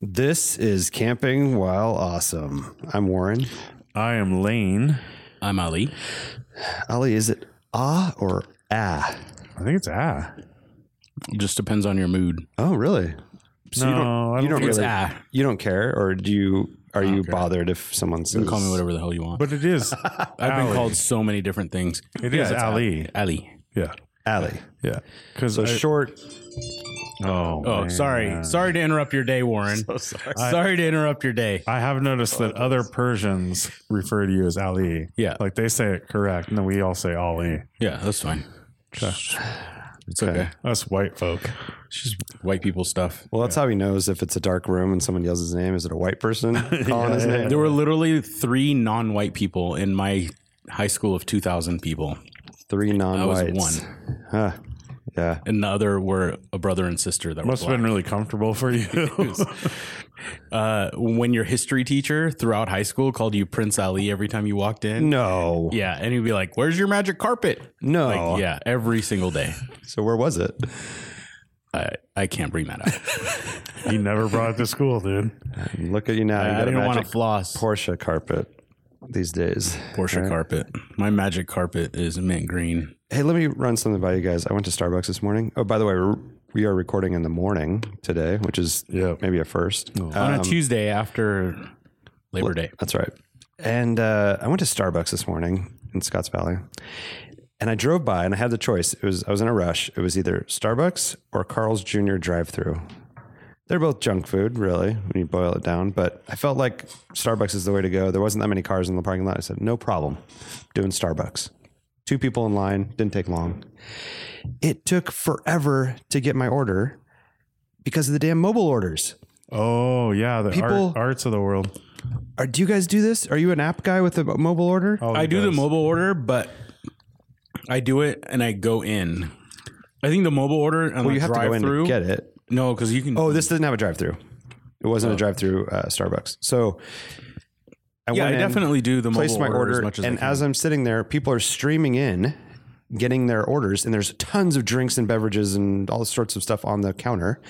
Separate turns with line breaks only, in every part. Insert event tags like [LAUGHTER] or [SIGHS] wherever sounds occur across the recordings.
This is Camping While Awesome. I'm Warren.
I am Lane.
I'm Ali.
Ali, is it ah or ah?
I think it's ah.
It just depends on your mood.
Oh, really?
no, I
you don't
don't think
It's
really,
ah.
you don't care, or do you? Are you
care.
bothered if someone
You
says?
can call me whatever the hell you want.
But it
[LAUGHS]
is.
I've
Ali.
been called so many different things.
It
Yeah,
is
it's
Ali.
Ali.
Yeah.
[LAUGHS]
Ali.
Yeah. Because
So short.
Oh,
Oh,
man.
sorry. Sorry to interrupt your day, Warren.
sorry.
sorry to interrupt your day.
I have noticed that other Persians refer to you as Ali.
Oh, Yeah.
Like they say it correct, and then we all say Ali.
Yeah, that's fine. It's okay.
Us white folk.
It's just white people stuff.
Well, that's how he knows if it's a dark room and someone yells his name. Is it a white
[LAUGHS]
person calling his
yeah.
name?
There were literally three non white people in my high school of 2,000 people,
Three non-whites.
was
Huh. Yeah.
and the other were a brother and sister that
Must
was
have been really comfortable for
[LAUGHS]
you. [LAUGHS]
uh, when your history teacher throughout high school called you Prince Ali every time you walked
Mm.
in.
No.
Yeah, and he'd be like, "Where's your magic carpet?"
No.
Like, yeah, every single day.
So where was it?
I I can't bring [LAUGHS] that up.
he never brought it to school, dude.
Look at you now. You
I
got a
didn't want to
magic
floss
Porsche carpet these days.
Porsche carpet. My magic carpet is mint green.
Hey, let me run something by you guys. I went to Starbucks this morning. Oh, by the way, we're, we are recording in the morning today, which is
Yeah.
maybe a first.
On a Tuesday after Labor Day.
That's right. And uh, I went to Starbucks this morning in Scotts Valley, and I drove by, and I had the choice. It was I was in a rush. It was either Starbucks or Carl's Jr. drive-through. They're both junk food, really, when you boil it down. But I felt like Starbucks is the way to go. There wasn't that many cars in the parking lot. I said, no problem, doing Starbucks. Two people in line didn't take long. It took forever to get my order because of the damn mobile orders.
Oh, yeah. The
People-
art, arts of the world.
Are, do you guys do this? Are you an app guy with a mobile order?
Oh,
I
he
do the
does.
mobile order, but I do it and I go in. I think the mobile order and
Well, you have to
drive
go in
through.
to get it.
No, because you can.
Oh, this doesn't have a drive-through. It wasn't a drive-through uh, Starbucks. So I
yeah, I
went in,
definitely do the mobile
placed my
order,
order,
as much as
and
I can.
as I'm sitting there, people are streaming in, getting their orders, and there's tons of drinks and beverages and all sorts of stuff on the counter.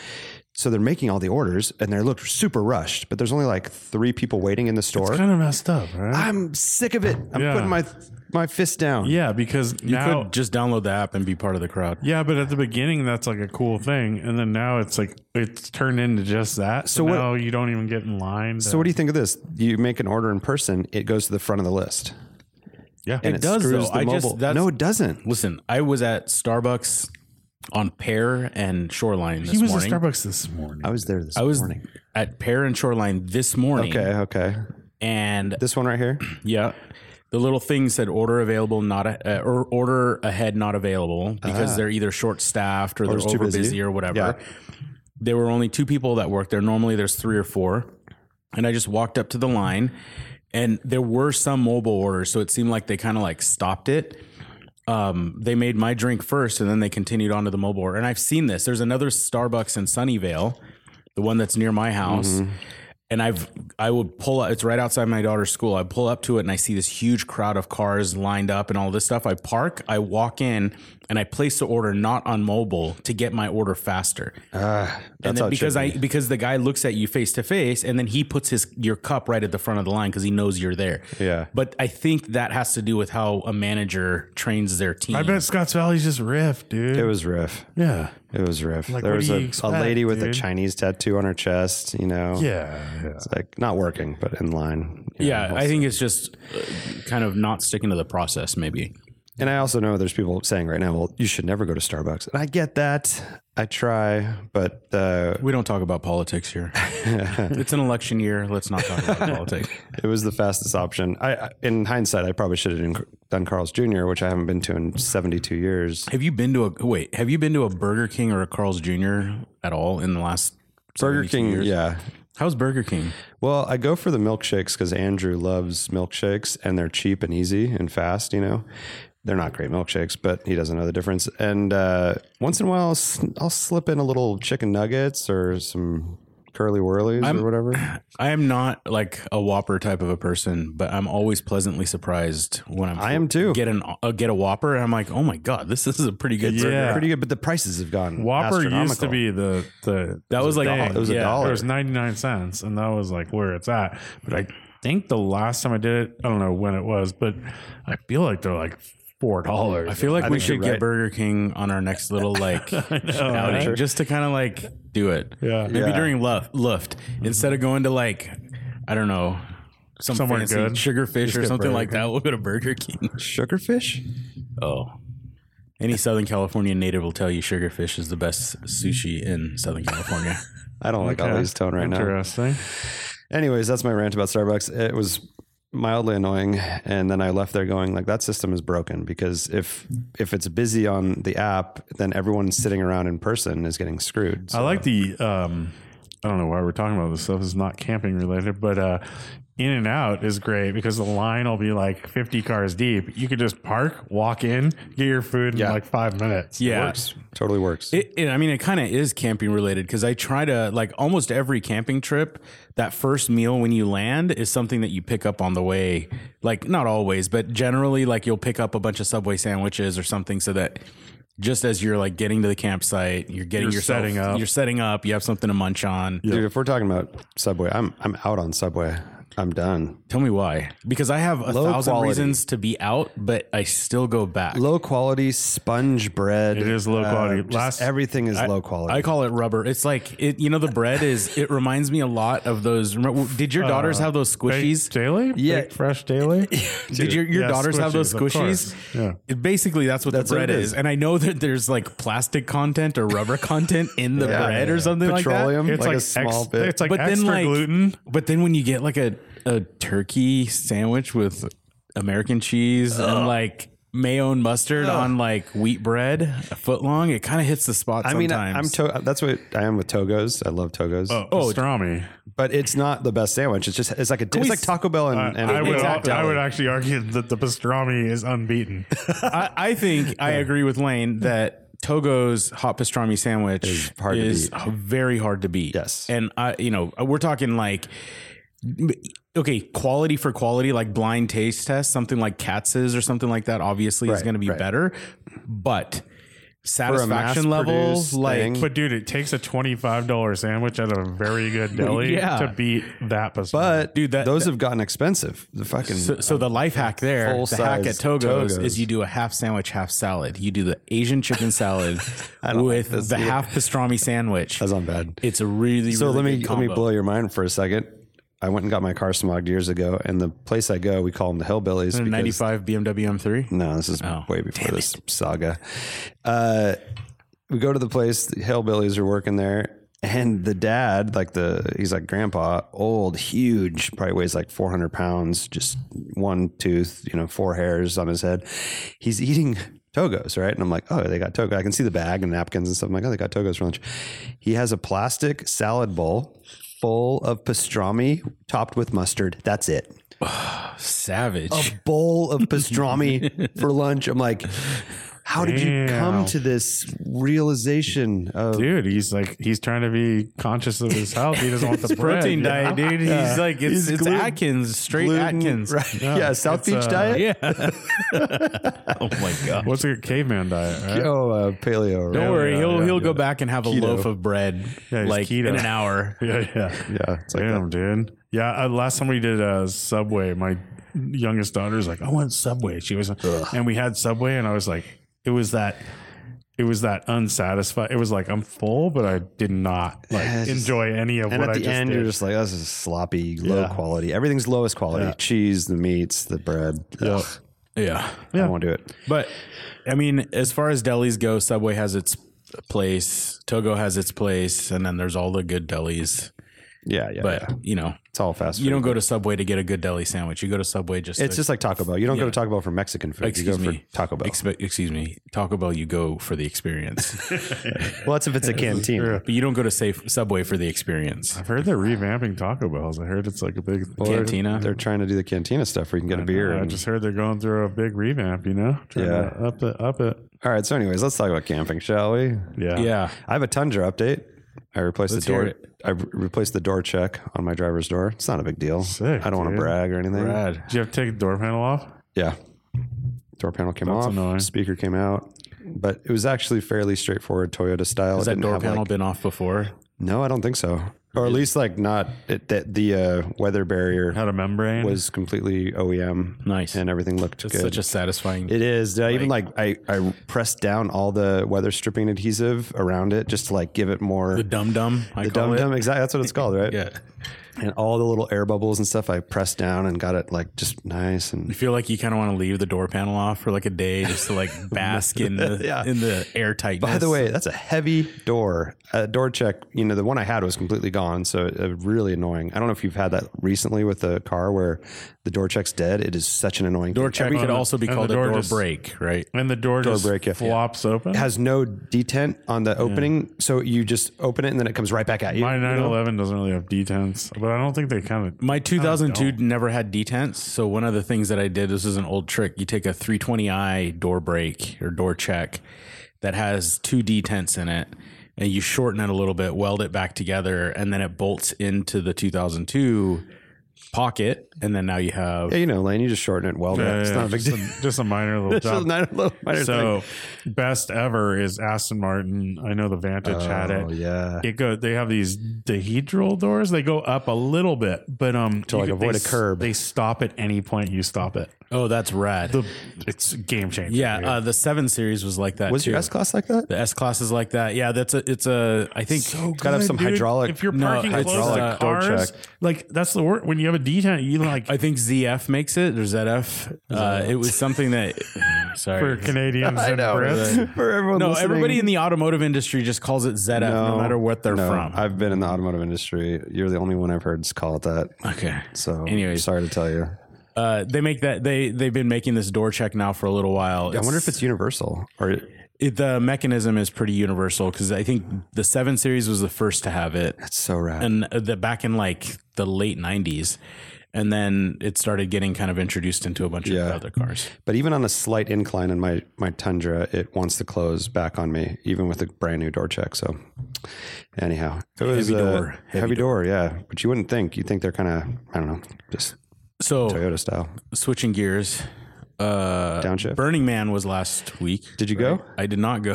So they're making all the orders, and they look super rushed. But there's only like three people waiting in the store.
Kind of messed up, right?
I'm sick of it. I'm
Yeah.
putting my my fist down.
yeah, because
you
now
could just download the app and be part of the crowd.
Yeah, but at the beginning that's like a cool thing, and then now it's like it's turned into just that. So,
So what-
now you don't even get in line.
So what do you think of this? You make an order in person, it goes to the front of the list.
yeah,
And
It does,
screws
though.
the
I just-
mobile-
that's-
no, it doesn't.
Listen, I was at Starbucks on Pear and Shoreline this
he was
morning.
at Starbucks this morning.
I was there this
I was
morning.
at Pear and Shoreline this morning.
Okay, okay.
And
This one right [CLEARS THROAT] here.
yeah, the little thing said order available, not a, uh, or order ahead, not available because they're either short staffed or,
Ah. Oh, it's
they're
too
over busy.
busy.
or whatever.
Yeah.
There were only two people that worked there. Normally there's three or four. And I just walked up to the line and there were some mobile orders. So it seemed like they kind of like stopped it. um, they made my drink first and then they continued on to the mobile order. And I've seen this. There's another Starbucks in Sunnyvale, the one that's near my house.
Mm-hmm.
And I've I would pull up it's right outside my daughter's school. I pull up to it and I see this huge crowd of cars lined up and all this stuff. I park, I walk in, and I place the order not on mobile to get my order faster.
Ah, That's
and
how
then
it should
because I
be.
because the guy looks at you face to face and then he puts his your cup right at the front of the line because he knows you're there.
Yeah.
But I think that has to do with how a manager trains their team.
I bet Scotts Valley's just riff, dude.
It was riff.
yeah,
It was riff.
Like,
there
what
was
do
a,
you expect,
a lady with a
dude?
Chinese tattoo on her chest. You know,
yeah, yeah.
it's like not working, but in line. you
Yeah,
know.
I think it's just uh, kind of not sticking to the process, maybe.
and I also know there's people saying right now, well, you should never go to Starbucks, and I get that. I try, but uh,
We don't talk about politics
[LAUGHS]
here. it's an election year. Let's not talk about politics.
it was the fastest option. I, I- in hindsight, I probably should have done- done Carl's Jr., which I haven't been to in 72 years.
Have you been to a wait? Have you been to a Burger King or a Carl's Jr. at all in the last?
Burger King, yeah,
How's Burger King?
Well, I go for the milkshakes because Andrew loves milkshakes and they're cheap and easy and fast, you know. They're not great milkshakes, but he doesn't know the difference. And uh, once in a while, I'll, s- I'll slip in a little chicken nuggets or some curly whirlies or
I'm-
[CLEARS THROAT]
whatever.
I am not like a Whopper type of a person, but I'm always pleasantly surprised when I'm
I am too.
get an uh, get a Whopper and I'm like, oh my god, this, this is a pretty good
Yeah.
burger.
Pretty good, but the prices have gone.
Whopper used to
astronomical.
be the the
That was like
thing.
It was a
yeah.
dollar.
It was 99 cents, and that was like where it's at. But I think the last time I did it, I don't know when it was, but I feel like they're like four dollars.
I feel like
I
we
think you're
should get
right.
Burger King on our next little
[LAUGHS]
like
know,
outing
right?
just to kind of like do it.
Yeah.
Maybe
Yeah.
during Luft, Luft instead of going to like I don't know some
Somewhere
fancy
good.
sugarfish or
get
something
Burger
like that. We'll go to Burger King.
sugarfish.
Oh. Any Southern California native will tell you sugarfish is the best sushi in Southern California.
I don't like Ali's tone right now.
Interesting.
Anyways, that's my rant about Starbucks. It was mildly annoying, and then I left there going like that system is broken because if
Mm-hmm.
if it's busy on the app, then everyone sitting around in person is getting screwed. So
I like the um I don't know why we're talking about this stuff. It's not camping related, but uh in and out is great because the line will be like 50 cars deep. You could just park, walk in, get your food
Yeah.
in like five minutes.
yeah.
works totally works.
It, it, I mean, it kind of is camping related because I try to like almost every camping trip. That first meal when you land is something that you pick up on the way. Like not always, but generally, like you'll pick up a bunch of Subway sandwiches or something, so that just as you're like getting to the campsite, you're getting
You're
yourself,
setting up.
you're setting up, you have something to munch on.
Dude, if we're talking about Subway, I'm I'm out on Subway. I'm done.
Tell me why? Because I have a
Low
thousand
quality.
reasons to be out, but I still go back.
Low quality sponge bread. uh,
It is low quality.
just
Last-
everything is low quality.
I call it rubber. It's like it. You know, the bread is. It reminds me a lot of those. remember- Did your daughters have those squishies?
Baked daily?
Yeah.
Baked fresh daily?
Did your, your
Yeah,
daughters have those
squishies, of
squishies?
course. Yeah.
It- basically, that's what
That's
the
what
bread
it
is.
is.
And I know that there's like plastic content
[LAUGHS]
or rubber content in the
Yeah.
bread or something
Petroleum,
like
Like a small
ex-
bit.
It's like
that. But
extra
then, like,
gluten.
but then when you get like a, a turkey sandwich with American cheese and like mayo and mustard on like wheat bread, a foot long, it kind of hits the spot
I mean,
sometimes.
I, am to- that's what I am with Togos. I love Togos,
Oh, pastrami.
but it's not the best sandwich. It's just it's like a it's
we
like
s-
Taco Bell and, and
I, would,
Exactly.
I would actually argue that the pastrami is unbeaten.
I, I think I agree with Lane that Togo's hot pastrami sandwich is,
hard to beat.
very hard to beat.
Yes.
and I, you know, we're talking like. Okay, quality for quality, like blind taste test, something like Katz's or something like that, obviously is
Right,
going to be
right.
better. But satisfaction level,
mass-produced
like
thing.
But dude, it takes a twenty-five dollar sandwich at a very good deli
Yeah.
to beat that pastrami.
But
Dude, that-
those have gotten expensive. The fucking
So, so the life hack there, the hack at
full-size
Togo's,
Togo's.
is you do a half sandwich, half salad. You do the Asian
[LAUGHS]
chicken salad with the half pastrami sandwich.
that's not bad.
It's a really
So
really
let me
good
let me
combo.
blow your mind for a second. I went and got my car smogged years ago, and the place I go, we call them the hillbillies. because-
'95 BMW M3.
No, this is way before this saga. Uh, we go to the place. The hillbillies are working there, and the dad, like the he's like grandpa, old, huge, probably weighs like four hundred pounds, just one tooth, you know, four hairs on his head. He's eating. Togos, right? And I'm like, oh, they got Togo. I can see the bag and napkins and stuff. I'm like, oh, they got Togos for lunch. He has a plastic salad bowl full of pastrami topped with mustard. That's it
Savage.
a bowl of pastrami for lunch. I'm like, how did you
Damn.
come to this realization of
dude, he's like he's trying to be conscious of his health. He doesn't want the bread,
protein
you
diet,
know? [LAUGHS]
dude. He's like it's,
He's
it's
gluten-
Atkins, straight
gluten-
Atkins.
Right.
[LAUGHS]
No,
Yeah, South
it's,
Beach
uh,
diet.
Yeah. oh my god.
What's your caveman diet? right?
Oh, uh, paleo.
Don't
Right?
worry,
yeah,
he'll
yeah,
he'll
yeah.
go back and have a loaf of bread
Yeah, he's
like
keto.
in an hour.
Yeah, yeah,
Yeah, it's like
Damn, dude. Yeah, uh, last time we did uh, Subway, my youngest daughter's like, I want Subway. She was, and we had Subway, and I was like, it was that. It was that unsatisfied. It was like I'm full, but I did not like
Yeah, it's just-
enjoy any of
And at
what
the
I just
end,
did.
you're just like, "Oh, this is sloppy, low
Yeah.
quality. Everything's lowest quality. Cheese, the meats, the bread. Ugh,
Yeah.
I won't do it.
But I mean, as far as delis go, Subway has its place, Togo has its place, and then there's all the good delis.
Yeah, yeah.
But
yeah.
you know,
It's all fast food.
you don't go to Subway to get a good deli sandwich. You go to Subway just
it's
to,
just like Taco Bell. You don't go to Taco Bell for Mexican food.
excuse
you go
me
for Taco Bell.
Expe- excuse me, Taco Bell. You go for the experience,
well, that's if it's a canteen.
but you don't go to safe Subway for the experience.
I've heard they're revamping Taco Bells. I heard it's like a big
Cantina.
They're trying to do the cantina stuff where you can get a beer.
I
and-
just heard they're going through a big revamp. You know, Trying
Yeah.
to up it, up it.
All right. So, anyways, let's talk about camping, shall we?
Yeah,
yeah.
I have a tundra update. I replaced
Let's
the
hear
door.
it.
I re- replaced the door check on my driver's door. It's not a big deal.
Sick,
I don't want to
dude.
brag or anything.
Rad.
Did you have to take the door panel off?
Yeah. Door panel came
That's
off.
annoying.
Speaker came out, but it was actually fairly straightforward Toyota style.
Has
It
that
didn't
door
have,
panel
like-
been off before?
no, I don't think so. Or at least like not it, that the uh, weather barrier
Had a membrane.
was completely OEM.
Nice.
and everything looked
That's
good.
such a satisfying.
It is. Did I even like I, I pressed down all the weather stripping adhesive around it just to like give it more
the dum dum. I
the
call
dum
it.
dum. Exactly. That's what it's called, right?
Yeah.
And all the little air bubbles and stuff I pressed down and got it like just nice and
You feel like you kind of want to leave the door panel off for like a day just to
[LAUGHS]
like bask in the
Yeah.
in the air tightness.
By the way, that's a heavy door. A door check, you know, the one I had was completely gone, so uh, really annoying. I don't know if you've had that recently with a car where the door check's dead. It is such an annoying
door
thing.
check
Every-
could also be
and the
called a
door
door
just-
break, right?
and the door, just
break, yeah.
flops open.
it has no detent on the opening, so you just open it and then it comes right back at you.
My
you know?
911 doesn't really have detents, but I don't think they kind of.
My 2002 never had detents, so one of the things that I did this is an old trick. You take a 320i door break or door check that has two detents in it, and you shorten it a little bit, weld it back together, and then it bolts into the 2002 pocket, and then now you have
Yeah, you know, Lane, you just shorten it well.
Yeah,
it's
yeah,
not a big
just,
deal.
[LAUGHS] a, just
[LAUGHS]
a minor little
It's just
job.
a minor- little minor
so best ever is Aston Martin. I know the Vantage
thing.
had
Oh,
it.
yeah.
It go. They have these dihedral doors. They go up a little bit, but um, to
like, avoid a curb.
They stop at any point you stop it.
oh, that's rad.
The it's game changer.
yeah,
dude.
uh, the seven series was like that.
Was
too.
your S class like that?
[LAUGHS]
the S class is like that? Yeah, that's a. It's a. I think
It's got to have some hydraulic.
If you're
No,
parking close
hydraulic
to
door
cars,
check.
like that's the word. When you have a detent, you like
I think ZF makes it or ZF. Uh, it was something that.
[LAUGHS]
[SIGHS]
for
Sorry.
Canadians and
[LAUGHS]
Brits.
for everyone
no,
listening.
everybody in the automotive industry just calls it ZF, no, matter what they're
no,
from.
I've been in the automotive industry. You're the only one I've heard call it that.
okay.
So,
Anyways.
sorry to tell you.
Uh, they make that. They they've been making this door check now for a little while.
I wonder if it's universal or
it, the mechanism is pretty universal because I think the seven series was the first to have it,
it's so rad.
and uh, the back in like the late nineties. And then it started getting kind of introduced into a bunch of
Yeah.
other cars.
but even on a slight incline in my my Tundra, it wants to close back on me, even with a brand new door check. So, anyhow, it was
Heavy
uh,
door, heavy
heavy, door. yeah. But you wouldn't think. You would think they're kind of I don't know, just
So
Toyota style
switching gears, uh,
downshift.
Burning Man was last week.
Did you go?
I did not
[LAUGHS]
go.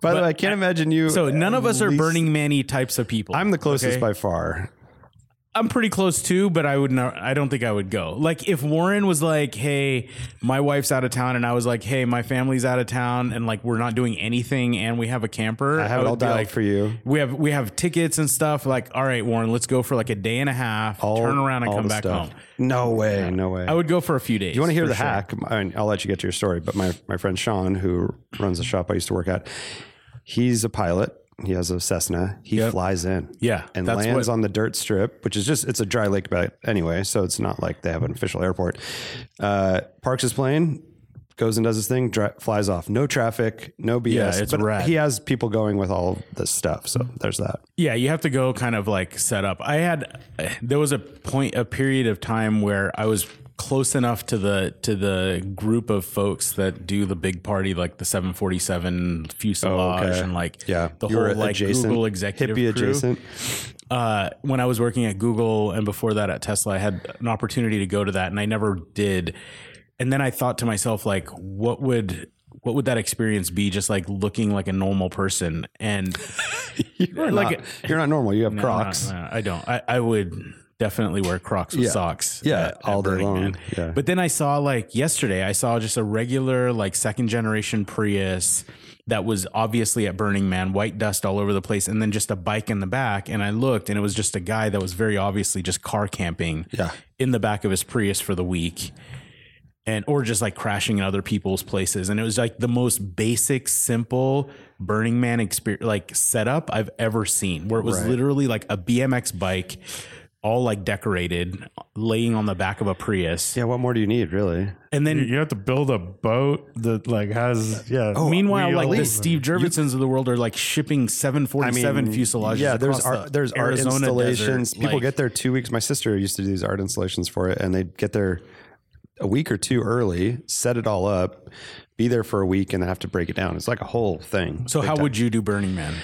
By the way, I can't imagine you.
so none of us are Burning Man-y types of people.
I'm the closest
okay?
by far.
I'm pretty close too, but I would not. I don't think I would go. Like if Warren was like, "Hey, my wife's out of town," and I was like, "Hey, my family's out of town," and like we're not doing anything, and we have a camper.
I have it
would
all
be
dialed
like,
for you.
We have we have tickets and stuff. Like, all right, Warren, let's go for like a day and a half.
All-
turn around and
all
come
the
back
stuff.
home.
No way. No way.
I would go for a few days.
You want to hear
for
the
sure.
hack? I mean, I'll let you get to your story. But my my friend Sean, who runs a shop I used to work at, he's a pilot. He has a Cessna. He flies in,
Yeah,
and
that's
lands
what-
on the dirt strip, which is just it's a dry lake bed anyway, so it's not like they have an official airport. Uh, parks his plane, goes and does his thing, dri- flies off. No traffic, no BS.
Yeah, it's
but
rad.
he has people going with all of this stuff, so there's that.
Yeah, you have to go kind of like set up. I had there was a point a period of time where I was close enough to the to the group of folks that do the big party like the 747 fuselage
Oh, okay.
and like
Yeah,
the
You
whole
were
like Google executive
hippie
crew.
adjacent.
Uh, when I was working at Google and before that at Tesla, I had an opportunity to go to that and I never did. And then I thought to myself like what would what would that experience be just like looking like a normal person and
You're
[LAUGHS] Like-
not, you're not normal. You have
No, no,
Crocs.
no, no, I don't. I, I would definitely wear Crocs with
Yeah.
socks.
Yeah, all day
Burning
long.
Man.
Yeah.
But then I saw like yesterday, I saw just a regular like second generation Prius that was obviously at Burning Man, white dust all over the place, and then just a bike in the back. And I looked, and it was just a guy that was very obviously just car camping
Yeah.
in the back of his Prius for the week. And or just like crashing in other people's places, and it was like the most basic, simple Burning Man experience, like setup I've ever seen, where it was
Right.
literally like a BMX bike, all like decorated, laying on the back of a Prius,
Yeah, what more do you need, really?
and
You-
then
You have to build a boat that like has yeah.
oh,
Oh, meanwhile, like the
wheels.
Steve Jurvetsen's of the world are like shipping seven forty seven fuselages.
Yeah, there's
across
art,
the
there's art
Arizona
installations.
desert,
People
like-
get there two weeks. My sister used to do these art installations for it, and they'd get there a week or two early, set it all up, be there for a week, and then have to break it down. It's like a whole thing.
So how would you do Burning Man?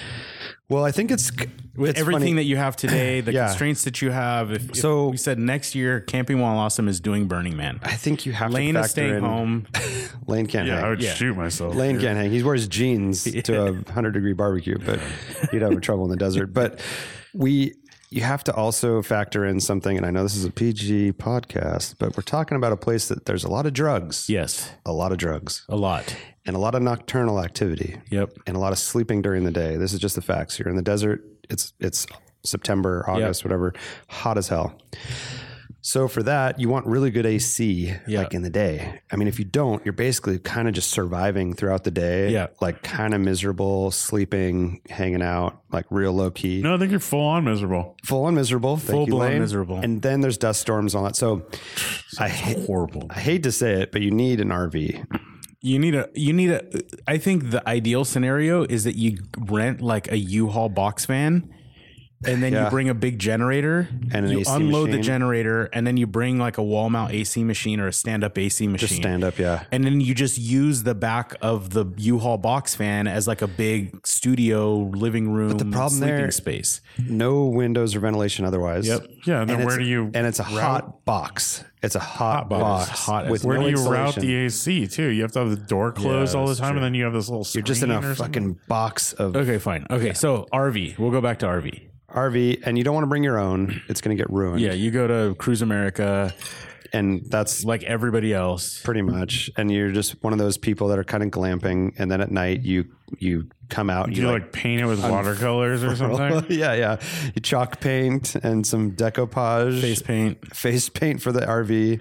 Well, I think it's
with
it's
everything
funny.
that you have
[CLEARS THROAT]
today, the
Yeah.
constraints that you have. If, if
So-
we said next year, Camping While Awesome is doing Burning Man.
I think you have
Lane
to
is
factor
staying
in-
home.
Lane can't
Yeah, I
hang.
would shoot myself.
Lane can't hang. He wears jeans to a hundred degree barbecue, but he'd have trouble in the desert. But we, you have to also factor in something. And I know this is a PG podcast, but we're talking about a place that there's a lot of drugs,
yes,
a lot of drugs,
a lot.
and a lot of nocturnal activity,
Yep.
and a lot of sleeping during the day. This is just the facts. You're in the desert. It's it's September, August, whatever, hot as hell. So for that, you want really good AC
Yeah.
like in the day. I mean, if you don't, you're basically kind of just surviving throughout the day.
Yeah.
Like kind of miserable, sleeping, hanging out, like real low key.
No, I think you're full on miserable.
Full on miserable. Thank
Full
you,
blown
Lane.
miserable.
And then there's dust storms and all that. So I hate,
Horrible.
I hate to say it, but you need an RV.
You need a. You need a. I think the ideal scenario is that you rent like a U-Haul box van, and then
Yeah.
you bring a big generator
And an
you
AC
unload the
machine.
generator, and then you bring like a wall mount AC machine or a stand-up AC machine.
Just stand up, yeah.
and then you just use the back of the U-Haul box van as like a big studio living room but
the problem
sleeping
there-
space.
No windows or ventilation otherwise. Yep.
Yeah, and then
it's-
where do you
And it's a hot box. It's a hot, box.
It's hot as
with
where
no
do you route
insulation.
the AC too? You have to have the door closed all the time, and then you have this little.
You're just in a
screen or
fucking
something.
box of
Okay, fine. Okay, so RV. We'll go back to RV.
RV, and you don't want to bring your own. It's going to get ruined.
Yeah, you go to Cruise America
and that's
like everybody else.
pretty much. And you're just one of those people that are kind of glamping, and then at night you you come out.
Do you
[LAUGHS]
like paint it with watercolors or something?
yeah, yeah. You chalk paint and some decoupage.
Face paint.
face [LAUGHS] paint for the RV.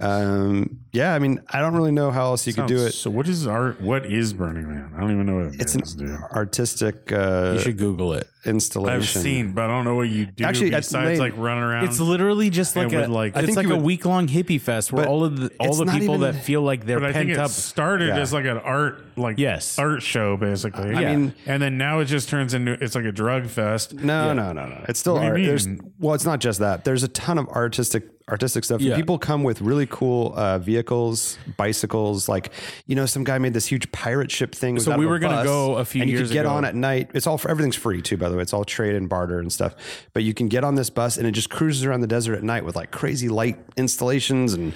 Um, yeah, I mean, I don't really know how else you could do it.
Oh, So what is art? What is Burning Man? I don't even know what it
It's
is, dude.
an artistic uh,
You should Google it.
installation.
I've seen, but I don't know what you do
Actually, I-
besides
Lane-
like running around.
It's literally just like
I would
a
like- I
it's
think
like
you
a
would-
week long hippie fest where
But
all of the all
it's
the
not
people
even-
that feel like they're
but I think it
pent up.
started
Yeah.
as like an art, like
Yes.
art show basically.
I mean-
and then now it just turns into it's like a drug fest.
No, no, no, no. It's still
do you
art.
mean?
There's well, it's not just that. There's a ton of artistic artistic stuff.
Yeah.
People come with really cool uh, vehicles, bicycles. Like you know, some guy made this huge pirate ship thing. It was
So
out
we
of
were gonna
bus,
go a few
and you
years
could get
ago.
on at night. It's all everything's free too, by the way. It's all trade and barter and stuff. But you can get on this bus and it just cruises around the desert at night with like crazy light installations and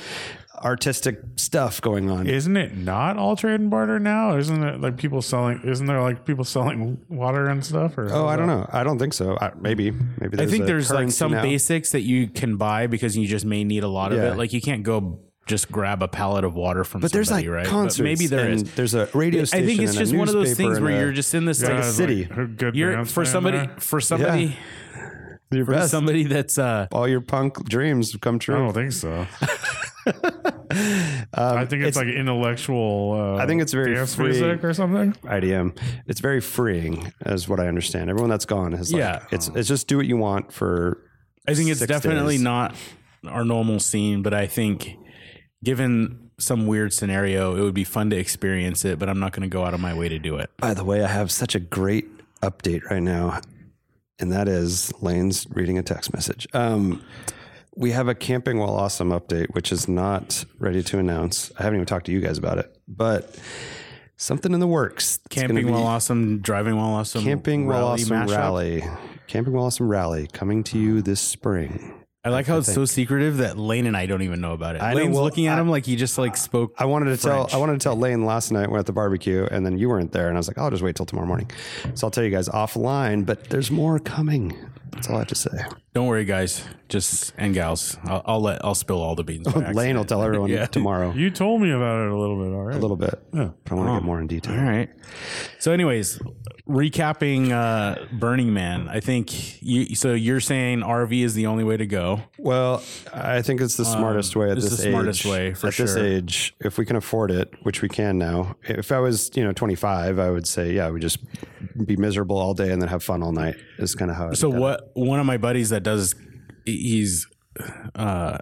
artistic stuff going on.
Isn't it not all trade and barter now? Isn't it like people selling? Isn't there like people selling water and stuff? Or
Oh, I don't know. I don't think so. I, maybe, maybe.
I
There's
think
a
there's like
currency
some
now.
basics that you can buy because you just may need a lot
Yeah.
of it. Like you can't go just grab a pallet of water from
But there's
somebody,
like
right? But
concerts.
maybe there
and
is.
There's a radio
I
station.
think it's
and a
just one of those
newspaper
things
and
where
a-
you're just in this
like a
Guys,
like,
city.
who- good
you're
bands
for
playing
somebody
there?
for somebody
your
for
best.
somebody that's uh
all your punk dreams have come
I
true.
don't
[LAUGHS]
think so. I think it's, like intellectual. Uh,
Um, I think it's very
dance
free.
music or something.
IDM. It's very freeing, is what I understand. Everyone that's gone has like,
Yeah.
It's it's just do what you want for.
I think it's
six
definitely
days.
not our normal scene, but I think given some weird scenario, it would be fun to experience it, but I'm not going to go out of my way to do it.
By the way, I have such a great update right now, and that is Lane's reading a text message. Um, we have a camping while awesome update, which is not ready to announce. I haven't even talked to you guys about it, but something in the works. It's gonna
Camping
be-
while awesome, driving while awesome,
Camping While
rally
Awesome
mashup.
Rally. Camping While Awesome Rally coming to you this spring.
I like how it's so secretive that Lane and I don't even know about it.
I know,
Lane's
well,
looking at
I-
him like he just like spoke.
I wanted to
French.
tell I wanted to tell Lane last night we're at the barbecue and then you weren't there and I was like, I'll just wait till tomorrow morning. So I'll tell you guys offline, but there's more coming. That's all I have to say.
don't worry, guys, just and gals. I'll, I'll let I'll spill all the beans. by
[LAUGHS] Lane will tell
[LAUGHS]
everyone tomorrow
You told me about it a little bit already.
a little bit. But I want to get more in detail.
All right. So, anyways, recapping uh, Burning Man. I think you. So you're saying RV is the only way to go.
Well, I think it's the smartest way at
Um, it's
this
the smartest
age.
way, for
at this
sure.
age, if we can afford it, which we can now. If I was, you know, 25, I would say, yeah, we just be miserable all day and then have fun all night. Is kind of how. I
So
look at it.
what? One of my buddies that does, he's, uh,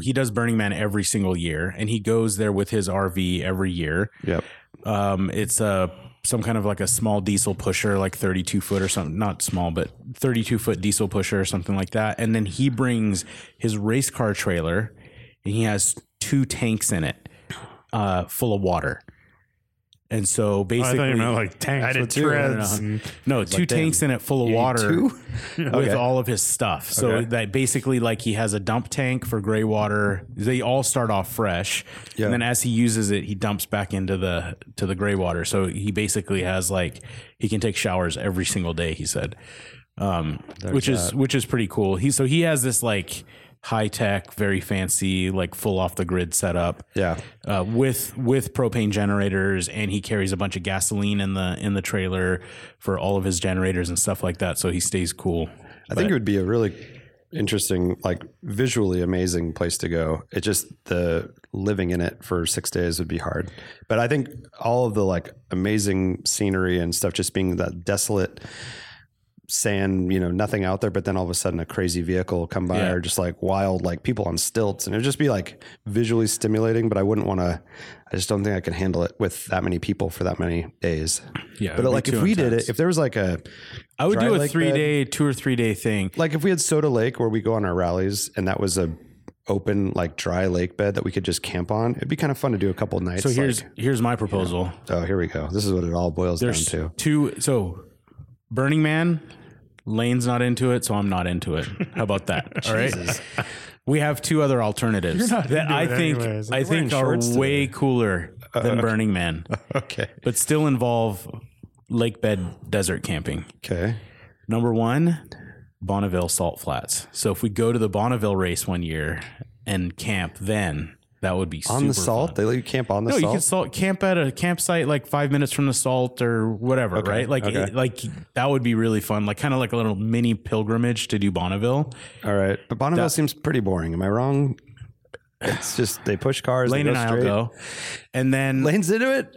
he does Burning Man every single year, and he goes there with his RV every year.
Yep.
Um, it's a some kind of like a small diesel pusher, like 32 foot or something, not small, but 32 foot diesel pusher or something like that. And then he brings his race car trailer and he has two tanks in it, uh, full of water. And
Oh,
so
I
basically,
thought you meant like tanks Mm.
did
with
too. No, no,
treads.
no,
and-
no, two
like, damn,
tanks in it full of water
Two? [LAUGHS]
with
Okay.
all of his stuff. So
Okay.
that basically, like, he has a dump tank for gray water. They all start off fresh,
Yeah.
and then as he uses it, he dumps back into the to the gray water. So he basically has like he can take showers every single day. He said, um, which is which is pretty cool. He so he has this like high tech, very fancy, like full off the grid setup
Yeah.
uh, with with propane generators, and he carries a bunch of gasoline in the in the trailer for all of his generators and stuff like that. So he stays cool.
I think it would be a really interesting, like visually amazing place to go. It just the living in it for six days would be hard. But I think all of the like amazing scenery and stuff, just being that desolate sand, you know, nothing out there, but then all of a sudden a crazy vehicle come by
Yeah.
or just like wild, like people on stilts. And it would just be like visually stimulating, but I wouldn't want to, I just don't think I can handle it with that many people for that many days.
Yeah,
But uh, like if we did it, if there was like a,
I would
dry
do a
lake
three
bed-
day, two or three day thing.
like if we had Soda Lake where we go on our rallies and that was a open like dry lake bed that we could just camp on, it'd be kind of fun to do a couple nights.
So here's
like,
here's my proposal.
oh here we go. This is what it all boils down
There's
to.
two. So Burning Man, Lane's not into it, so I'm not into it. How about
[LAUGHS]
that? All right. We have two other alternatives
not
that
into
I
it
think
anyways.
I
You're
think
wearing
are
shorts Uh,
way cooler than Burning Man, [LAUGHS]
Okay.
but still involve lake bed desert camping.
Okay.
Number one, Bonneville Salt Flats. So if we go to the Bonneville race one year and camp, then that would be
On
super
the salt,
fun.
they let you camp on the
No, you
salt.
can salt camp at a campsite like five minutes from the salt or whatever, right? Like,
okay.
it, like that would be really fun. Like kind of like a little mini pilgrimage to do Bonneville.
all right, but Bonneville seems pretty boring. Am I wrong? It's just they push cars.
Lane
they
and
go
I'll
straight.
go, and then
Lane's into it.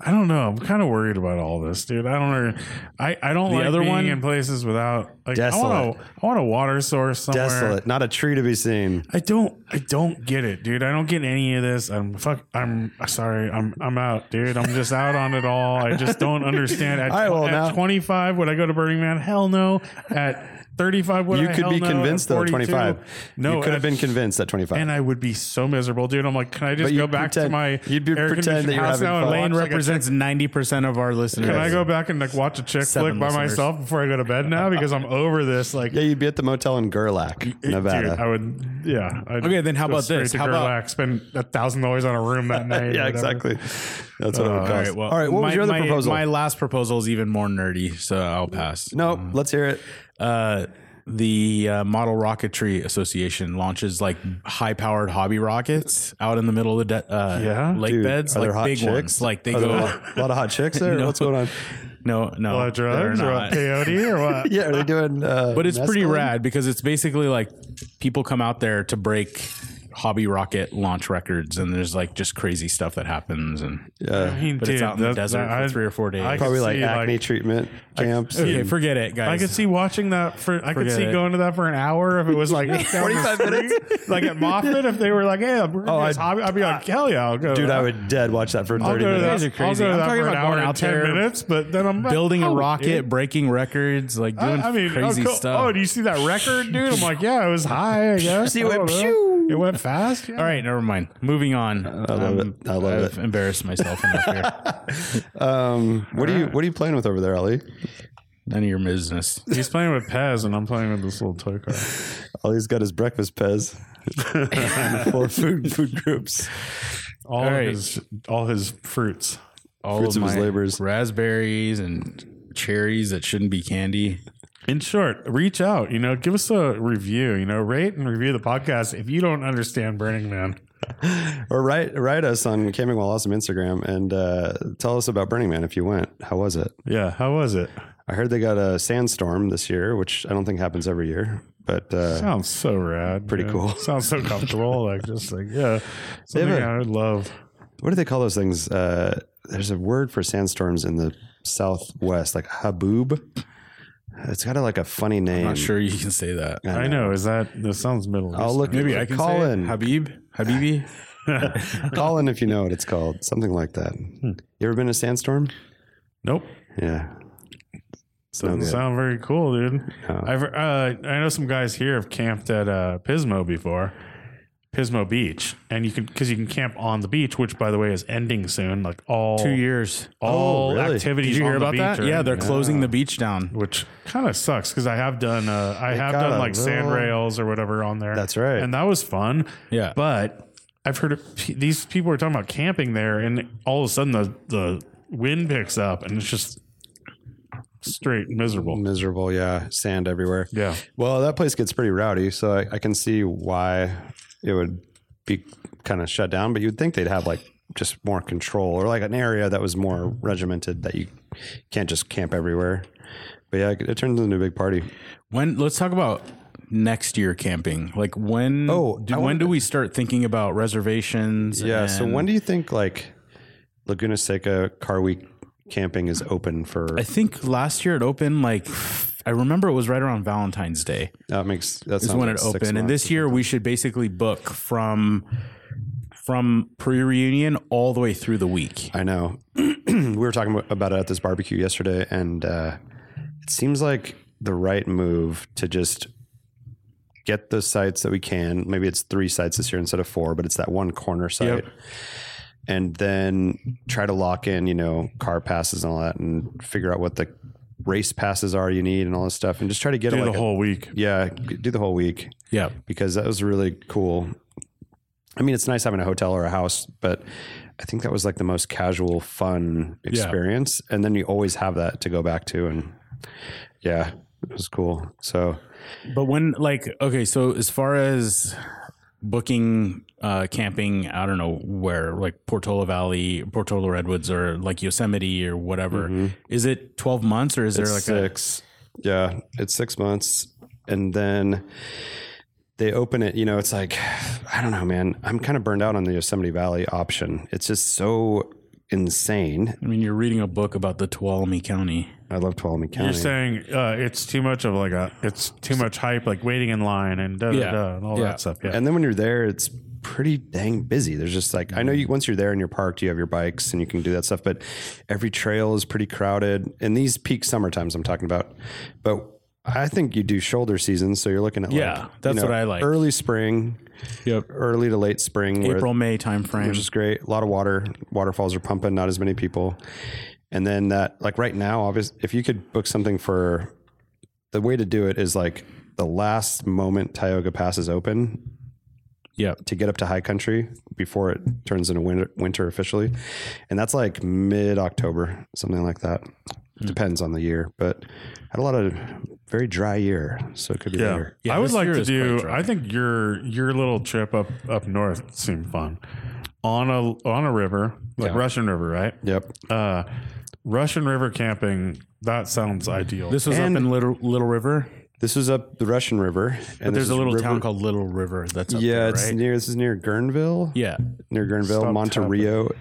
I don't know. I'm kind of worried about all this, dude. I don't. know. I I don't
The
like
other
being
one-
in places without like. I
Desolate.
want a I want a water source somewhere.
Desolate, not a tree to be seen.
I don't I don't get it, dude. I don't get any of this. I'm fuck I'm sorry. I'm I'm out, dude. I'm just out on it all. I
[LAUGHS]
just don't understand. At,
All right, well,
at
now-
25 would I go to Burning Man? Hell no. At 35 would
You
I
could
Hell
be
no.
convinced
At
though.
42?
Twenty five.
No.
you could have
uh,
at-
been convinced at twenty five.
and I would be so miserable, dude. I'm like, can I just
But you'd
go back to
pretend-
my
you'd be-
air
pretend
conditioned
that you're
house
having
now and
fun.
watch,
Lane
like, a
represents ninety percent of our listeners.
Can I go back and like watch a chick
Seven
flick by
listeners.
myself before I go to bed now? Because I'm over this. Like,
yeah, you'd be at the motel in Gerlach, Nevada.
Dude, I would, yeah. I'd
Okay, then how
go
about
straight
this?
to
How about-
Gerlach, spend a thousand dollars on a
[LAUGHS]
room that night? or
yeah,
whatever.
exactly. That's what it would cost.
All right. Well,
Uh, all right. What was
my-
your other
my-
proposal?
My last proposal is even more nerdy, so I'll pass.
no, let's hear it.
Uh, the uh, Model Rocketry Association launches like high-powered hobby rockets out in the middle of the de- uh,
Yeah?
lake
Dude,
beds,
are there
like
hot
big
chicks?
ones. Like they
Are there a [LAUGHS]
go.
lot, a lot of hot chicks there.
No.
What's going on?
[LAUGHS] No, no,
A lot of drugs
they're
or
not.
what, peyote or
[LAUGHS]
what?
[LAUGHS]
Yeah, are they doing? Uh,
But it's pretty
mescaline?
rad because it's basically like people come out there to break hobby rocket launch records, and there's like just crazy stuff that happens. And
I
[LAUGHS]
mean,
But it's out in the desert for
I-
three or four days.
I could
Probably like
see,
acne treatment camps. [LAUGHS]
okay, forget it, guys.
I could see watching that for. I could
Forget
see
it.
going to that for an hour if it was like forty-five minutes. Like at Moffitt, if they were like, "Hey, I'm oh,
I'd-
I'd, hobby, I'd be like, "Hell yeah, I'll go." to
Dude,
that.
I would dead watch that for
I'll
thirty
go to
minutes.
that.
guys are crazy.
I'll go to
I'm
that
talking
for an
about
hour
going
and
out
ten
there,
minutes, but then I'm like,
building a
oh,
rocket,
dude.
breaking records, like doing
I, I mean,
crazy
oh, cool.
stuff.
Oh, do you see that [LAUGHS] record, dude? I'm like, yeah, it was high. I guess.
See, it
I don't
went
know.
pew.
It went fast. Yeah.
All right, never mind. Moving on. I
love it. I love it.
I've embarrassed myself enough
[LAUGHS]
here.
Um, what are you What are you playing with over there, Ali?
None of your business.
He's playing with Pez, and I'm playing with this little toy car.
Ali's got his breakfast [LAUGHS] pez. Four food food groups.
All,
All
of
right.
his, all his fruits.
All
Fruits
of,
of his
my
labors.
raspberries and cherries that shouldn't be candy.
In short, reach out. You know, give us a review. You know, rate and review the podcast. If you don't understand Burning Man,
Or write write us on Camping While Awesome Instagram and uh, tell us about Burning Man if you went. How was it?
yeah, how was it?
I heard they got a sandstorm this year, which I don't think happens every year, but uh,
Sounds so rad.
Pretty
man.
cool.
[LAUGHS] Sounds so comfortable. like just like yeah,
have
something
a-
I would love.
what do they call those things? Uh, there's a word for sandstorms in the southwest, like haboob. It's got a, like a funny name.
I'm not sure you can say that.
I know. Is that that sounds middle?
I'll look.
Maybe I can say it.
Colin.
Habib, Habibi.
Colin, if you know what it's called, something like that. You ever been in a sandstorm?
[LAUGHS] Nope.
Yeah. It's no
Doesn't
good.
sound very cool, dude.
No.
I've uh, I know some guys here have camped at uh, Pismo before, Pismo Beach, and you can because you can camp on the beach, which by the way is ending soon. Like all
Two years.
all
Oh, really?
activities.
Did you
on
hear
the
about
beach
that?
are-
Yeah, they're closing the beach down.
which kind of sucks because I have done uh, I have
got
done
a
like sand
little-
rails or whatever on there.
That's right.
and that was fun.
Yeah.
but I've heard of, p- these people are talking about camping there, and all of a sudden the the wind picks up, and it's just straight miserable.
Miserable, yeah. Sand everywhere.
Yeah,
Well, that place gets pretty rowdy, so I, I can see why it would be kind of shut down. But you'd think they'd have like just more control or like an area that was more regimented that you can't just camp everywhere. But yeah, it, it turns into a big party.
When let's talk about next year camping. Like when
Oh,
do,
I
when
wanted
do
to-
we start thinking about reservations?
Yeah. so
and-
when do you think like Laguna Seca Car Week camping is open for?
I think last year it opened like I remember it was right around Valentine's Day
that makes that's
is when it opened. And this year we should basically book from from pre-reunion all the way through the week.
I know. [CLEARS THROAT] we were talking about it at this barbecue yesterday, and uh, it seems like the right move to just get the sites that we can. Maybe it's three sites this year instead of four, but it's that one corner site. And then try to lock in, you know, car passes and all that, and figure out what the race passes are you need and all this stuff, and just try to get
do
it like
the
a-
whole week.
yeah, do the whole week
Yeah.
because that was really cool. I mean, it's nice having a hotel or a house, but I think that was like the most casual, fun experience. And then you always have that to go back to. And yeah, it was cool. So
But when like okay, so as far as booking uh camping, I don't know where like Portola Valley, Portola Redwoods or like Yosemite or whatever. Is it 12 months or is there like a
Mm-hmm. six. yeah, it's six months. And then they open it, you know, it's like, I don't know, man. I'm kind of burned out on the Yosemite Valley option. It's just so insane.
I mean, you're reading a book about the Tuolumne County.
I love Tuolumne County.
You're saying uh, it's too much of like a it's too much hype, like waiting in line and da da
Yeah.
da and all
Yeah.
that stuff. Yeah,
And then when you're there, it's pretty dang busy. There's just like I know you once you're there and you're parked, you have your bikes and you can do that stuff, but every trail is pretty crowded. And these peak summer times I'm talking about. But I think you do shoulder seasons, so you're looking at
Yeah,
like,
that's what I like.
Early spring,
Yep.
early to late spring, where
April, May timeframe.
which is great. A lot of water, waterfalls are pumping, not as many people. And then that, like right now, obviously, if you could book something for the way to do it is like the last moment Tioga Pass is open
Yep.
to get up to high country before it turns into winter, winter officially. And that's like mid October, something like that.
Hmm.
Depends on the year, but had a lot of very dry year, so it could be
yeah.
later.
Yeah,
I would
this
like
year
to
is quite
do.
dry.
I think your your little trip up up north seemed fun on a on a river like
Yeah.
Russian River, right?
Yep.
Uh, Russian River camping. That sounds ideal.
This was
And-
up in Little Little River.
This is up the Russian River. And
There's
this
a
is
little
river-
town called Little River that's up
Yeah,
there,
it's
right?
near. This is near Guerneville.
Yeah.
near Guerneville,
Stop
Monterio.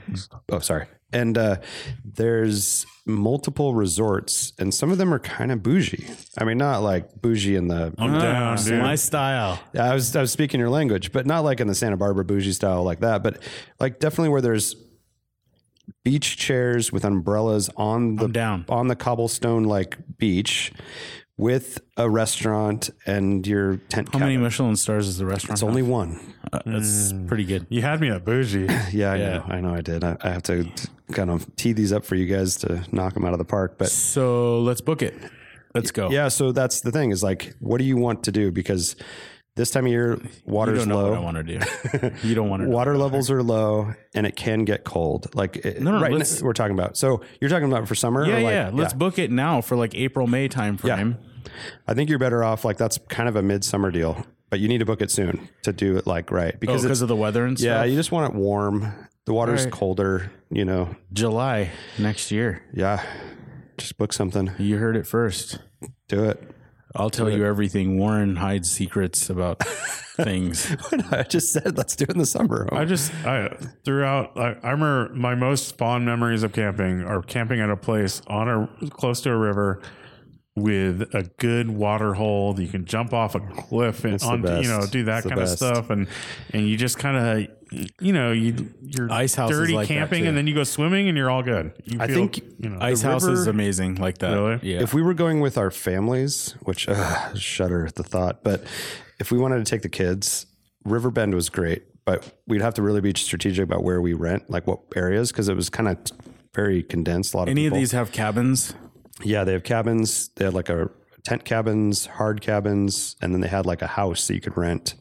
Oh, sorry. And uh, there's multiple resorts, and some of them are kind of bougie. I mean, not like bougie in the.
I'm down,
Ah,
dude.
my style.
I was I was speaking your language, but not like in the Santa Barbara bougie style like that. But like definitely where there's beach chairs with umbrellas on the
I'm down.
on the cobblestone like beach with a restaurant and your tent.
How
cabin.
many Michelin stars is the restaurant?
It's Mm. only one.
have? that's pretty good.
you had me at bougie.
Yeah, I know. I know I did. I, I have to t- kind of tee these up for you guys to knock them out of the park. But
So let's book it. Let's go.
yeah, so that's the thing is like, what do you want to do? Because this time of year,
You
water's
don't know what I
low. [LAUGHS]
want to do. You don't want to.
Water levels are low and it can get cold. Like, it,
no,
right now,
let's-
we're talking about. So you're talking about for summer?
Yeah,
or like,
yeah. Let's book it now for like April May Oh, timeframe.
I think you're better off. Like, that's kind of a midsummer deal, but you need to book it soon to do it like right. Because it's,
because Oh, of the weather and
yeah,
stuff.
you just want it warm. The water's
Right.
colder, you know.
July next year.
Yeah. Just book something.
You heard it first.
Do it. [LAUGHS]
I'll tell you everything. Warren hides secrets
[LAUGHS]
about things.
I just said let's do it in the summer.
I just I throughout I, I remember my most fond memories of camping are camping at a place on a close to a river with a good water hole that you can jump off a cliff and
It's the
on you
best.
know do that
It's the
kind of
best.
stuff and and you just kind of you know you you're
Ice house is
dirty
like that,
camping
too.
and then you go swimming and you're all good. You
I think
you know
Ice House
river-
is amazing like that.
Really?
Yeah.
if we were going with our families, which uh, shudder at the thought, but if we wanted to take the kids, Riverbend was great, but we'd have to really be strategic about where we rent, like what areas, because it was kind of very condensed. A lot of
Any of
people.
these have cabins?
Yeah, they have cabins. They had like a tent cabins, hard cabins, and then they had like a house that you could rent.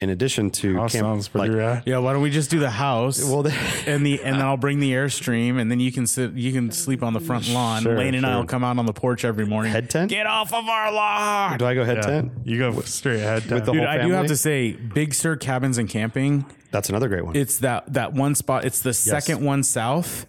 In addition to
House sounds pretty
like,
rad.
Yeah, why don't we just do the house?
Well, they-
[LAUGHS] and the and then I'll bring the airstream, and then you can sit, you can sleep on the front lawn.
Sure,
Lane and
sure.
I'll come out on the porch every morning.
Head tent?
Get off of our lawn.
do I go head
Yeah.
tent?
You go straight ahead.
With the whole
Dude,
Dude, I do
family?
have to say, Big Sur Cabins and Camping.
That's another great one.
It's that that one spot. It's the second one south,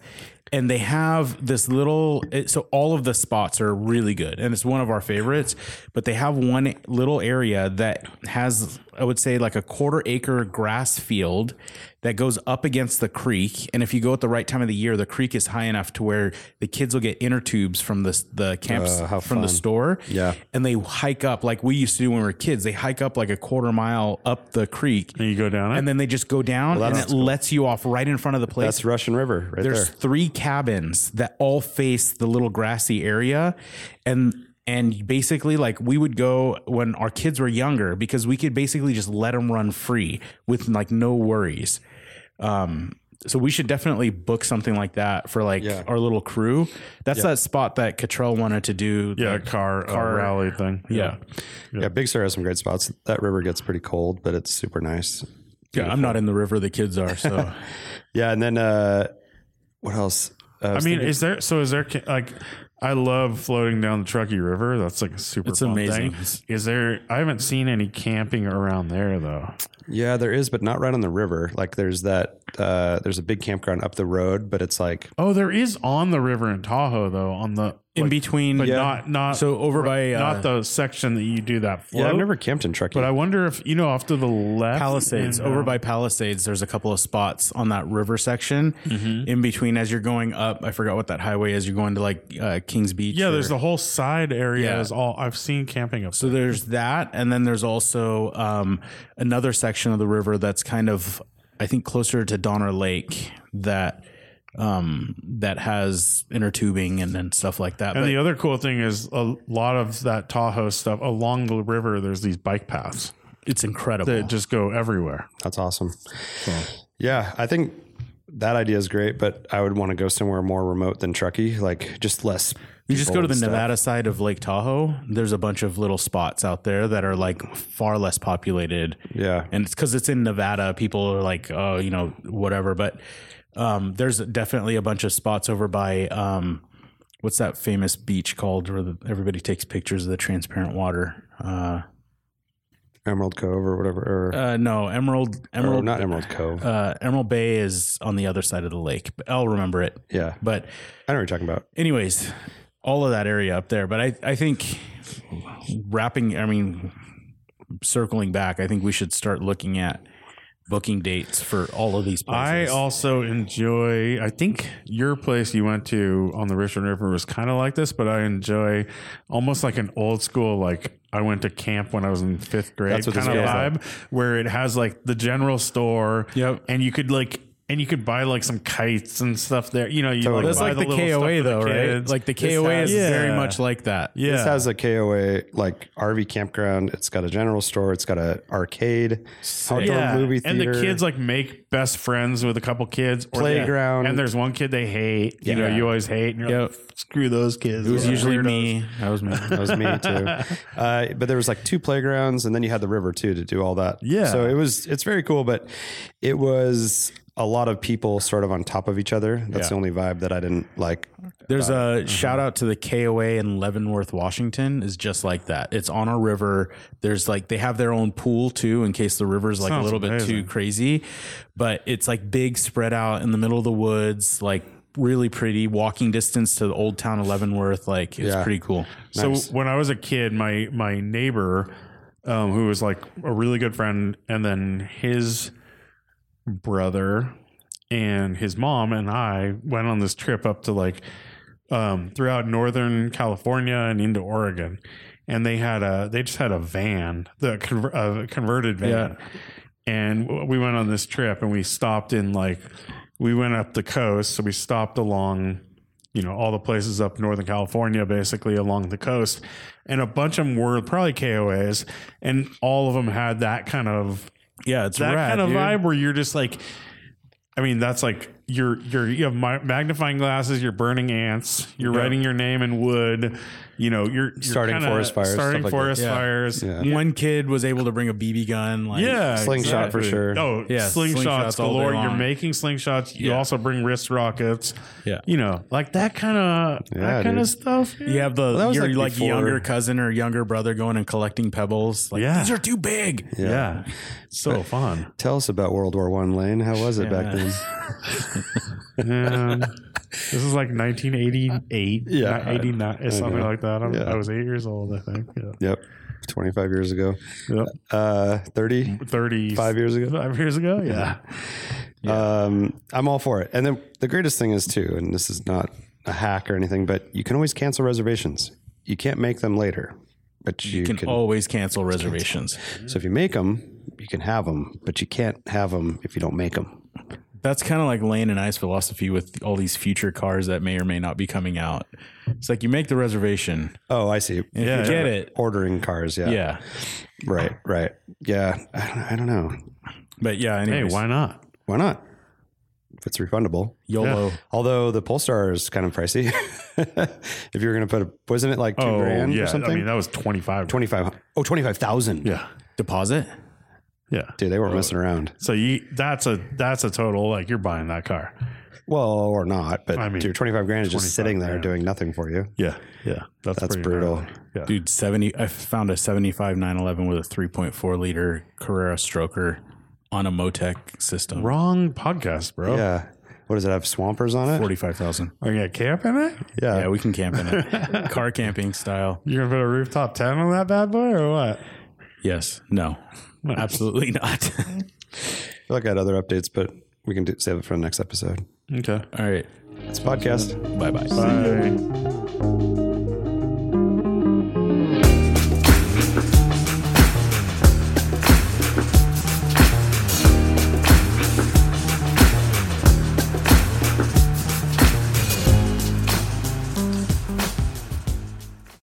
and they have this little. It, so all of the spots are really good, and it's one of our favorites. But they have one little area that has, I would say, like a quarter acre grass field that goes up against the creek. And if you go at the right time of the year, the creek is high enough to where the kids will get inner tubes from the the camps
Uh, how
from the
fun.
store.
Yeah.
and they hike up like we used to do when we were kids. They hike up like a quarter mile up the creek
and you go down it.
and then they just go down and it
that's cool.
lets you off right in front of the place.
That's Russian River right
There's
there.
three cabins that all face the little grassy area and and basically like we would go when our kids were younger because we could basically just let them run free with like no worries. Um so we should definitely book something like that for like
Yeah.
our little crew. That's that spot that Cottrell wanted to do.
yeah,
like-
car,
car-
car rally thing.
yeah.
Yeah, Big Sur has some great spots. That river gets pretty cold, but it's super nice.
Yeah, I'm not in the river. The kids are. So
[LAUGHS]
Yeah, and then uh, what else? Uh,
I mean, is there so is there ca- like I love floating down the Truckee River. That's like a super.
It's
fun
amazing.
Thing. Is there? I haven't seen any camping around there though.
yeah, there is, but not right on the river. Like there's that. Uh, there's a big campground up the road, but it's like
Oh, there is on the river in Tahoe though. On the
in
like,
between,
but not not
so over by uh,
not the section that you do that float.
yeah, I've never camped in Truckee.
But I wonder if you know off to the left,
Palisades,
and, uh,
over by Palisades, there's a couple of spots on that river section.
Mm-hmm.
In between, as you're going up, I forgot what that highway is. You're going to like uh, Kings Beach.
Yeah,
or-
there's the whole side area
Yeah.
is all I've seen camping up.
So there's that, and then there's also um, another section of the river that's kind of, I think, closer to Donner Lake that um, that has inner tubing and then stuff like that.
and
But-
the other cool thing is a lot of that Tahoe stuff along the river. There's these bike paths
it's incredible.
that just go everywhere.
That's awesome. Yeah, I think that idea is great, but I would want to go somewhere more remote than Truckee, like just less.
You just go
people
to the
and stuff.
Nevada side of Lake Tahoe. There's a bunch of little spots out there that are like far less populated.
Yeah.
and it's because it's in Nevada. People are like, oh, you know, whatever. But um, there's definitely a bunch of spots over by um, what's that famous beach called where the, everybody takes pictures of the transparent water? Uh,
Emerald Cove or whatever. Or,
uh, no, Emerald,
or
Emerald,
not Emerald Cove.
uh, Emerald Bay is on the other side of the lake. I'll remember it.
yeah.
But
I know what you're talking about.
anyways, all of that area up there. But I, I think wrapping, I mean, circling back, I think we should start looking at booking dates for all of these
I
places.
also enjoy. I think your place you went to on the Richmond River was kind of like this, but I enjoy almost like an old school like. I went to camp when I was in fifth grade
That's what this
kind of
feels
vibe,
like.
where it has like the general store,
Yep.
and you could like and you could buy like some kites and stuff there. You know, you
Totally.
like
That's
buy
like the,
little stuff
KOA
for the
though, right?
kids.
Like the
This
KOA
has-
is very
Yeah.
much like that.
yeah,
This has a KOA like RV campground. It's got a general store. It's got a arcade, outdoor movie theater.
And the kids like make best friends with a couple kids. Or
Playground.
and there's one kid they hate. You know,
Yeah.
you always hate. And you're like, screw those kids.
It was
Those
usually
weirdos."
me. That was me.
That was me too. Uh, but there was like two playgrounds, and then you had the river too to do all that.
Yeah.
So it was it's very cool, but it was a lot of people sort of on top of each other. That's the only vibe that I didn't like.
There's a
Uh-huh.
shout out to the KOA in Leavenworth, Washington. Is just like that. It's on a river. There's like they have their own pool too, in case the river's like a
Sounds
little bit
amazing.
too crazy. But it's like big, spread out in the middle of the woods, like really pretty. Walking distance to the old town of Leavenworth, like it's
Yeah.
pretty cool.
So when I was a kid, my my neighbor, um, who was like a really good friend, and then his brother and his mom and I went on this trip up to like um, throughout northern California and into Oregon, and they had a they just had a van, the conver- a converted van, and w- we went on this trip and we stopped in like we went up the coast, so we stopped along you know all the places up northern california basically along the coast and a bunch of them were probably koas and all of them had that kind of
Yeah, it's
that
rad,
kind of
dude.
vibe where you're just like i mean that's like you're you're you have mi- magnifying glasses you're burning ants you're
Yeah.
writing your name in wood you know you're, you're
Starting
kinda
forest fires,
starting
stuff like that.
forest
Yeah.
fires
Yeah.
One kid was able to bring a BB gun. Like,
yeah
Slingshot for sure.
oh
Yeah,
slingshots,
slingshots all day
galore you're
long.
making slingshots you
Yeah.
also bring wrist rockets
Yeah.
you know like that kind of
Yeah,
that kind of
dude.
stuff
You have the
that was,
your
like,
like,
before-
younger cousin or younger brother going and collecting pebbles. Like
Yeah.
these are too big.
Yeah.
yeah so fun
Tell us about World War One, Lane. How was it back
Yeah.
then?
Um, this is
[LAUGHS]
like 1988,
Yeah.
yeah, 89,
I
or something
know.
like that. I'm,
Yeah.
I was eight years old, I think. Yeah.
Yep, twenty five years ago.
Yep.
Uh, Thirty
30,
five years ago.
five years ago. Yeah.
Um, I'm all for it. And then the greatest thing is too, and this is not a hack or anything, but you can always cancel reservations. You can't make them later, but you,
You can,
can.
always cancel reservations.
so if you make them, you can have them, but you can't have them if you don't make them.
That's kind of like Lane and I's philosophy with all these future cars that may or may not be coming out. It's like you make the reservation.
Oh, I see.
And if you get it.
Ordering cars, yeah,
Yeah.
right, right, yeah. I don't, I don't know.
But yeah,
Hey,
anyways,
why not?
Why not? If it's refundable.
YOLO.
Although the Polestar is kind of pricey. [LAUGHS] if you were going to put a, wasn't it like two
Oh,
grand
yeah.
or something?
I mean, that was 25.
25, oh, 25,000.
Yeah. Uh,
Deposit?
Yeah.
Dude, they weren't messing around.
So you that's a that's a total like you're buying that car.
Well, or not, but
I mean,
dude, 25 grand is
25
just sitting there
grand.
doing nothing for you.
Yeah. Yeah. That's,
That's
pretty
brutal.
gnarly. Yeah.
Dude, 70 I found a 75 911 with a 3.4 liter Carrera stroker on a Motec system.
Wrong podcast, bro.
Yeah. What does it have? Swampers on it?
45,000.
Are you gonna camp in it?
Yeah.
Yeah, we can camp in
[LAUGHS]
it. Car camping style.
You're gonna put a rooftop tent on that bad boy or what?
Yes. No. Absolutely not. [LAUGHS]
I feel like I had other updates, but we can do, save it for the next episode.
Okay.
All right.
It's a podcast.
Bye bye.
Bye.